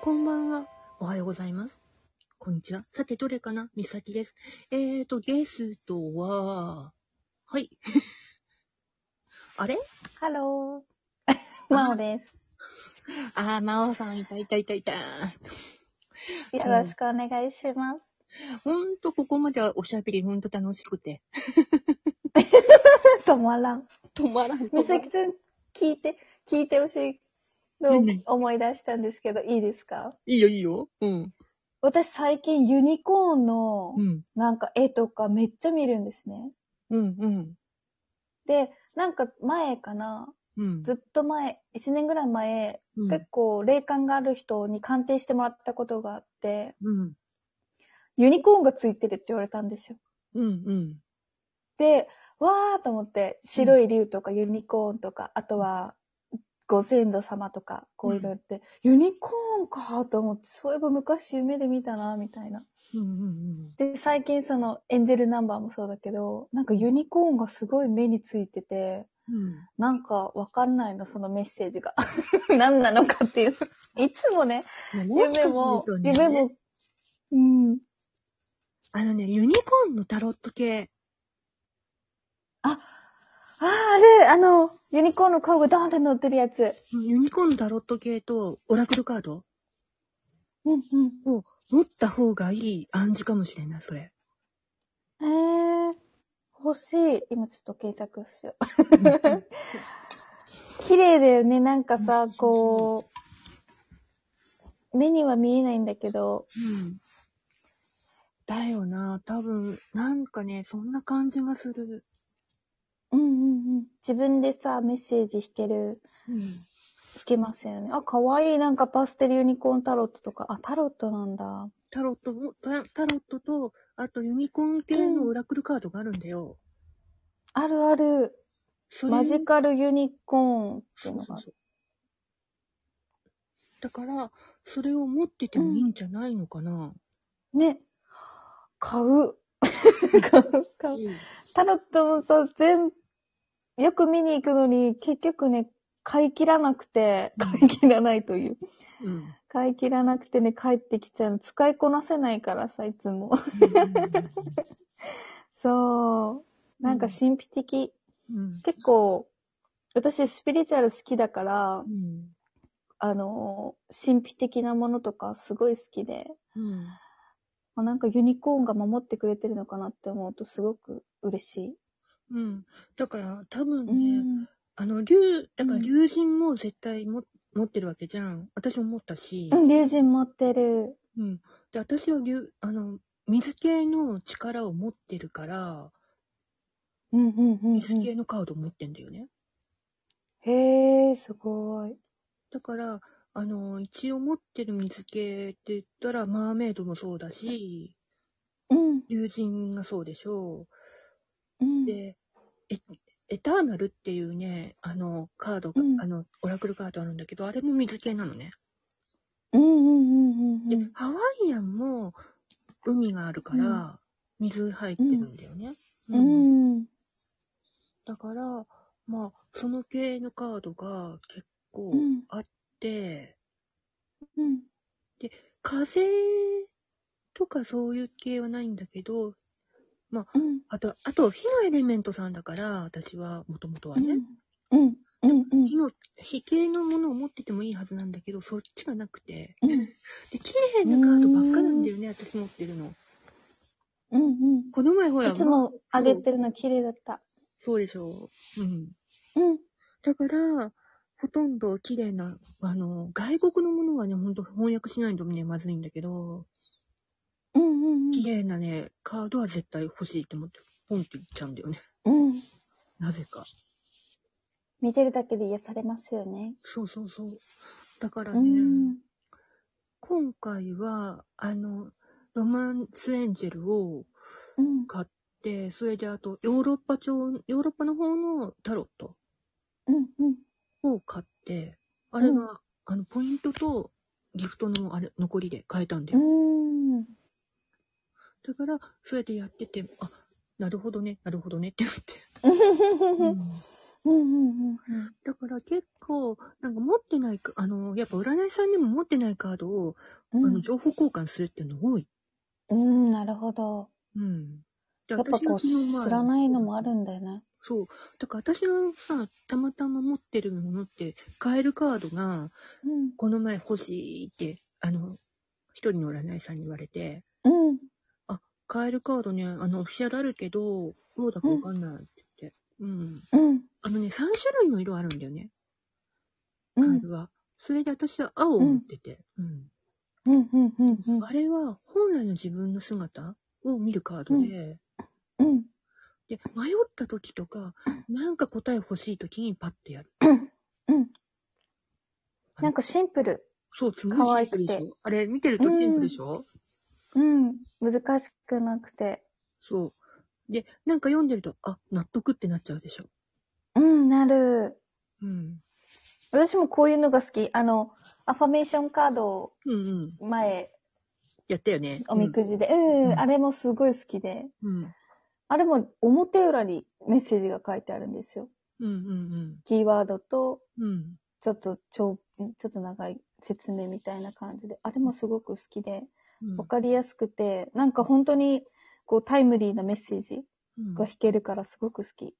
こんばんは。おはようございます。こんにちは。さて、どれかなみさきです。えーと、ゲストは、はい。 あれハ ロー。まおです。あー、まおさん、いたいたいたいた。よろしくお願いします。ほんと、ここまではおしゃべりほんと楽しくて。止まらん。止まらん。みさきさん、聞いて、聞いてほしいのを思い出したんですけど、いいですかいいよ、いいよ。うん。私最近ユニコーンのうん。なんか絵とかめっちゃ見るんですね。うん、うん。で、なんか前かな、うん。ずっと前、1年ぐらい前、うん結構霊感がある人に鑑定してもらったことがあって、うん。ユニコーンがついてるって言われたんですよ。うん、うん。で、わーと思って、白い竜とかユニコーンとか、あとは、ご先祖様とか、こういろいろって、ユニコーンかと思って、そういえば昔夢で見たな、みたいな。うん、うん。で、最近その、エンジェルナンバーもそうだけど、なんかユニコーンがすごい目についてて、うん。なんかわかんないの、そのメッセージが。 何なのかっていう。いつもね、夢も、夢。も、うん。あのね、ユニコーンのタロット系。あー、あれ、あの、ユニコーンの顔がドーンって乗ってるやつ。うんユニコーンのタロット系と、オラクルカードうんうん。を持った方がいい暗示かもしれない、そ れ。えー、欲しい。今ちょっと検索しよう。 綺麗だよね。なんかさ、こう、目には見えないんだけど、うんだよな、多分、なんかね、そんな感じがする。うんうんうん。自分でさ、メッセージ弾ける、うん。弾けますよね。あ、かわいい。なんかパステルユニコーンタロットとか。あ、タロットなんだ。タロットも、タタロットと、あとユニコーン系のオラクルカードがあるんだよ。あるある。それマジカルユニコーンってそいううそうのそがうある。だから、それを持っててもいいんじゃないのかな。ね。買 う。買う、買う。タロットもさ、全、よく見に行くのに、結局ね、買い切らなくて、うん買い切らないという。うん。うん買い切らなくてね、帰ってきちゃうの。使いこなせないからさ、いつも。 そう。なんか神秘的。うん。結構、私スピリチュアル好きだからう、ん。あの、神秘的なものとかすごい好きで、うん。まあなんかユニコーンが守ってくれてるのかなって思うとすごく嬉しい。うん。だから、多分うね、ん。あの、竜、だからうん竜神も絶対も、持ってるわけじゃん。私も持ったしう。ん、竜神持ってる。うん。で、私は竜、あの、水系の力を持ってるから、うんうんうん、うん。水系のカードを持ってんだよね。へえ、すごい。だから、あの、一応持ってる水系って言ったら、マーメイドもそうだし、うん。竜神がそうでしょうんう。で、エエターナルっていうね、あの、カードが、うんあの、オラクルカードあるんだけど、あれも水系なのね。うんうんうんうんうでん。、ハワイアンも海があるから、水入ってるんだよね。ううんん。だから、まあ、その系のカードが結構うんあって、うん。風とかそういう系はないんだけど、うん。あと、あと、火のエレメントさんだから、私は、もともとはね、うん。うん。うん火。の、火系のものを持っててもいいはずなんだけど、そっちがなくて、うん。で、綺麗なカードばっかなんだよね、私持ってるの。うん。この前ほら、いつもあげてるの綺麗だった。そうでしょう。うん。うん。だから、ほとんど綺麗な、あの、外国のものはね、ほんと翻訳しないとね、まずいんだけど、うんうんうん。綺麗なね、カードは絶対欲しいと思って、ポンって言っちゃうんだよね。うん。なぜか。見てるだけで癒されますよね。そうそうそう。だからうね、ん。今回は、あの、ロマンスエンジェルをうん。買って、それであと、ヨーロッパ調、ヨーロッパの方のタロットうん。うん。を買って、あれが、うあの、ポイントとギフトのあれ、残りで買えたんだよ。うん。だから、そうやってやってて、あ、なるほどね、なるほどねってなって。うん。うんうんうんうん。だから結構、なんか持ってないか、あの、やっぱ占い師さんにも持ってないカードを、うんあの、情報交換するっていうの多い。うん、なるほど。うん。でやっぱこう、私のまあ知らないのもあるんだよね。そう。だから私のさ、たまたま持ってるものって、買えるカードが、うん。この前欲しいって、あの、一人の占い師さんに言われて、うん。買えるカードね、あの、オフィシャルあるけど、どうだかわかんないって言って。うん。うん。あのね、3種類の色あるんだよね、うカんエ。ルは。それで私は青を持ってて。うん。うん。うん。うん。うんあれは本来の自分の姿を見るカードで、うん。で、迷った時とか、なんか答え欲しい時にパッてやる。うん。なんかシンプル。そう、すごい可愛シンプルくてでしょあれ、見てるとシンプルでしょ、うん。難しくなくて。そう。で、なんか読んでると、あ、納得ってなっちゃうでしょ。うん、なる。うん。私もこういうのが好き。あの、アファメーションカードをうんうん。前、やったよね。おみくじで。うん、うんあれもすごい好きで。うん。あれも表裏にメッセージが書いてあるんですよ。うんうんキーワードと、うん。うん。ちょっと超、ちょっと長い説明みたいな感じで。あれもすごく好きで。うんわかりやすくて、なんか本当に、こう、タイムリーなメッセージうんが弾けるからすごく好き。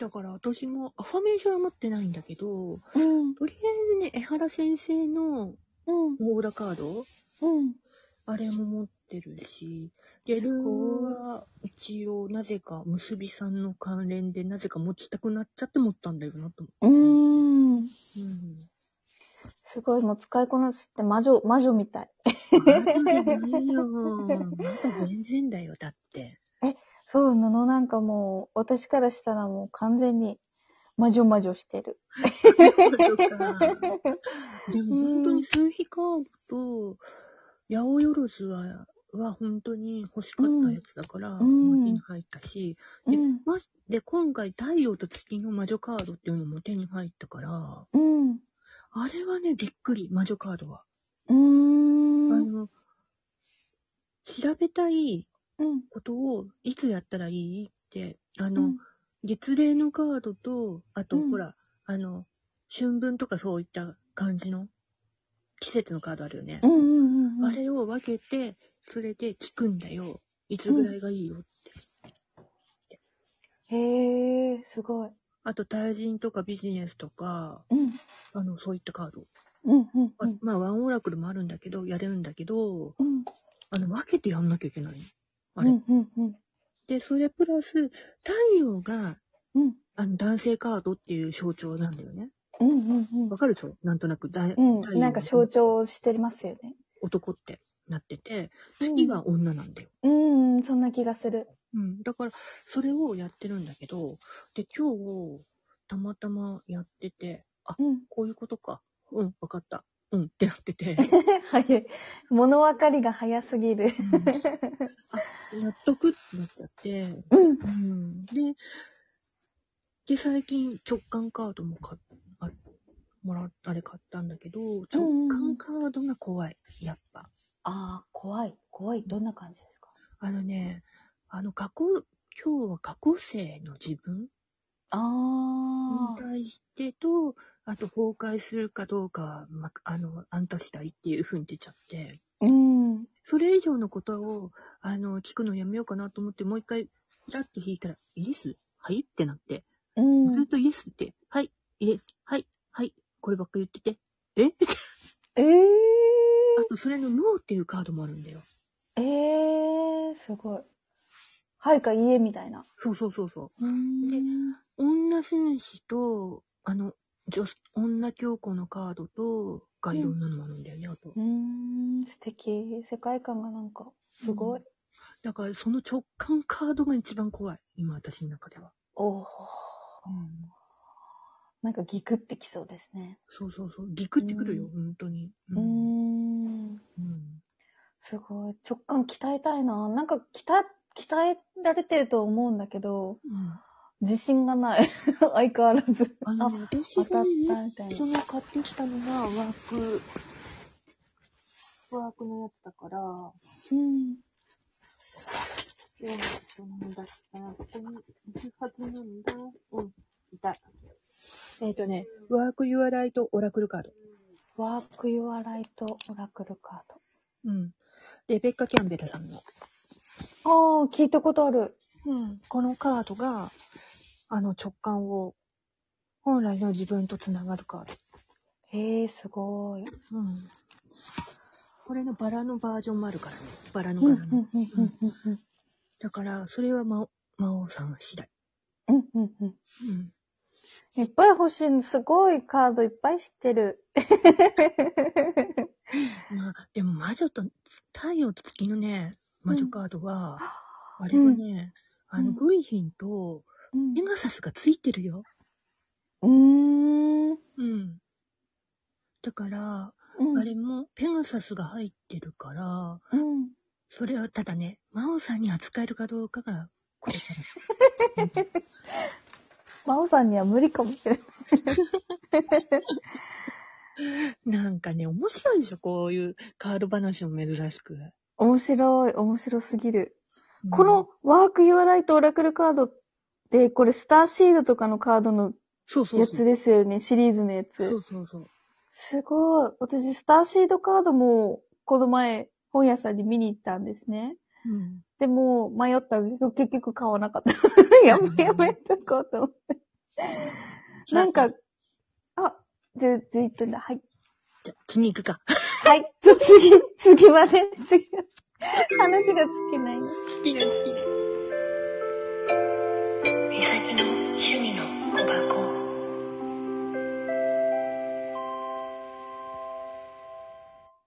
だから私もアファメーションは持ってないんだけど、うん、とりあえずね、江原先生のうん、オーラカードうん。あれも持ってるし、で、ルーは一応なぜか結びさんの関連でなぜか持ちたくなっちゃって持ったんだよなと思うう。うーん。ん。すごい、もう使いこなすって魔女、魔女みたい。ないよ。まだ全然だよ、だって。そうなの、なんかもう、私からしたらもう完全に、魔女魔女してる。そうかでも本当に数日カードと、八百万は、は本当に欲しかったやつだから、んこの手に入ったし、うん、ましで、今回太陽と月の魔女カードっていうのも手に入ったから、うん、あれはね、びっくり、魔女カードは。うーん、あの、調べたいうん、ことをいつやったらいいって、あうの、ん、月齢のカードと、あと、うんほら、あの、春分とかそういった感じの季節のカードあるよねう。ん、うん、うん。あれを分けて、それで聞くんだよ。いつぐらいがいいよって。へえ、すごい。あと、対人とかビジネスとか、うん、あの、そういったカード。うん、うん、あうんまあ、ワンオラクルもあるんだけど、やれるんだけど、うん。あの、分けてやんなきゃいけないの。あうれ。ん、うん、うん。で、それプラス、太陽が、うん、あの、男性カードっていう象徴なんだよね。うん、うん、うんわ。かるでしょなんとなく、だい太うん、陽なんか象徴してますよね。男ってなってて、月は女なんだよ。うん、そんな気がする。うん。だから、それをやってるんだけど、で、今日、たまたまやってて、あ、うん。こういうことか。うん、わかった。うん、ってなってて、早い。物分かりが早すぎる。うんあ納得ってなっちゃって、うん。うん。で、で、最近直感カードも買っあもらっあれ買ったんだけど、直感カードが怖い。やっぱ。ああ、怖い。怖い。どんな感じですかあのね、あの、過去、今日は過去生の自分あに対してと、あと崩壊するかどうかは、ま、あの、安泰したいっていうふうに出ちゃって、あ。うん。それ以上のことを、あの、聞くのやめようかなと思って、もう一回、ラって引いたら、イエスはいってなって、うずっん。とイエスって、はい、イエス、はい、はい、こればっか言ってて、えええあと、それのノーっていうカードもあるんだよ。ええすごい。はいか、いいえ、みたいな。そうそうそうそう。うん。女戦士と、あの、女、女教皇のカードと、がいろんなのもあるんだよね、あとう。ん、素敵。世界観がなんか、すごい。だから、その直感カードが一番怖い。今、私の中では。おお。うん。なんかギクってきそうですね。そうそうそう。ギクってくるよ、本当に。ううん。ん。うん。すごい。直感鍛えたいな。なんか鍛え、鍛えられてると思うんだけど、自信がない。相変わらず。あの あ、ね、私当たがっね、たみたい人な。が買ってきたのがワーク、ワークのやつだから、うん。今日の人のも出したら、ここに、一発なんだ。うん、いた。えっ、とね、ワークユアライトオラクルカード。ワークユアライトオラクルカーうん。レベッカ・キャンベルさんの。ド。ああ、聞いたことある。うん。このカードが、あの直感を、本来の自分とつながるカーへえ、すごい。ド。うん。これのバラのバージョンもあるからね。バラのうん、う柄んの。、うん、うん、うんだから、それは魔魔王さん次第。うん、うん、ううん。ん。いっぱい欲しいの。すごいカードいっぱい知ってる。まあ、でも魔女と、太陽と月のね、魔女カードは、あれはね、あうの、んグリフィンとうんペガサスがついてるよ。うーん。うん。だから、あれもペガサスが入ってるから、うん。それはただね、魔王さんに扱えるかどうかが、これから。真央さんには無理かもしれない。なんかね、面白いでしょ、こういうカード話も珍しく。面白い、面白すぎる。うんこの、ワーク・ユア・ライト・オラクルカードって、これスターシードとかのカードのそうそうやそつう。ですよね、シリーズのやそつう。そうそう。すごい。私、スターシードカードも、この前、本屋さんに見に行ったんですね。うん。でも、迷ったけど、結局買わなかった。やめ、やめとこうと思って。なんか、あ、10、11分だ。はい。じゃあ、気に行くか。はい。ちょ次、次まで、次。話が尽きない。好きな好きな。美咲の趣味の小箱。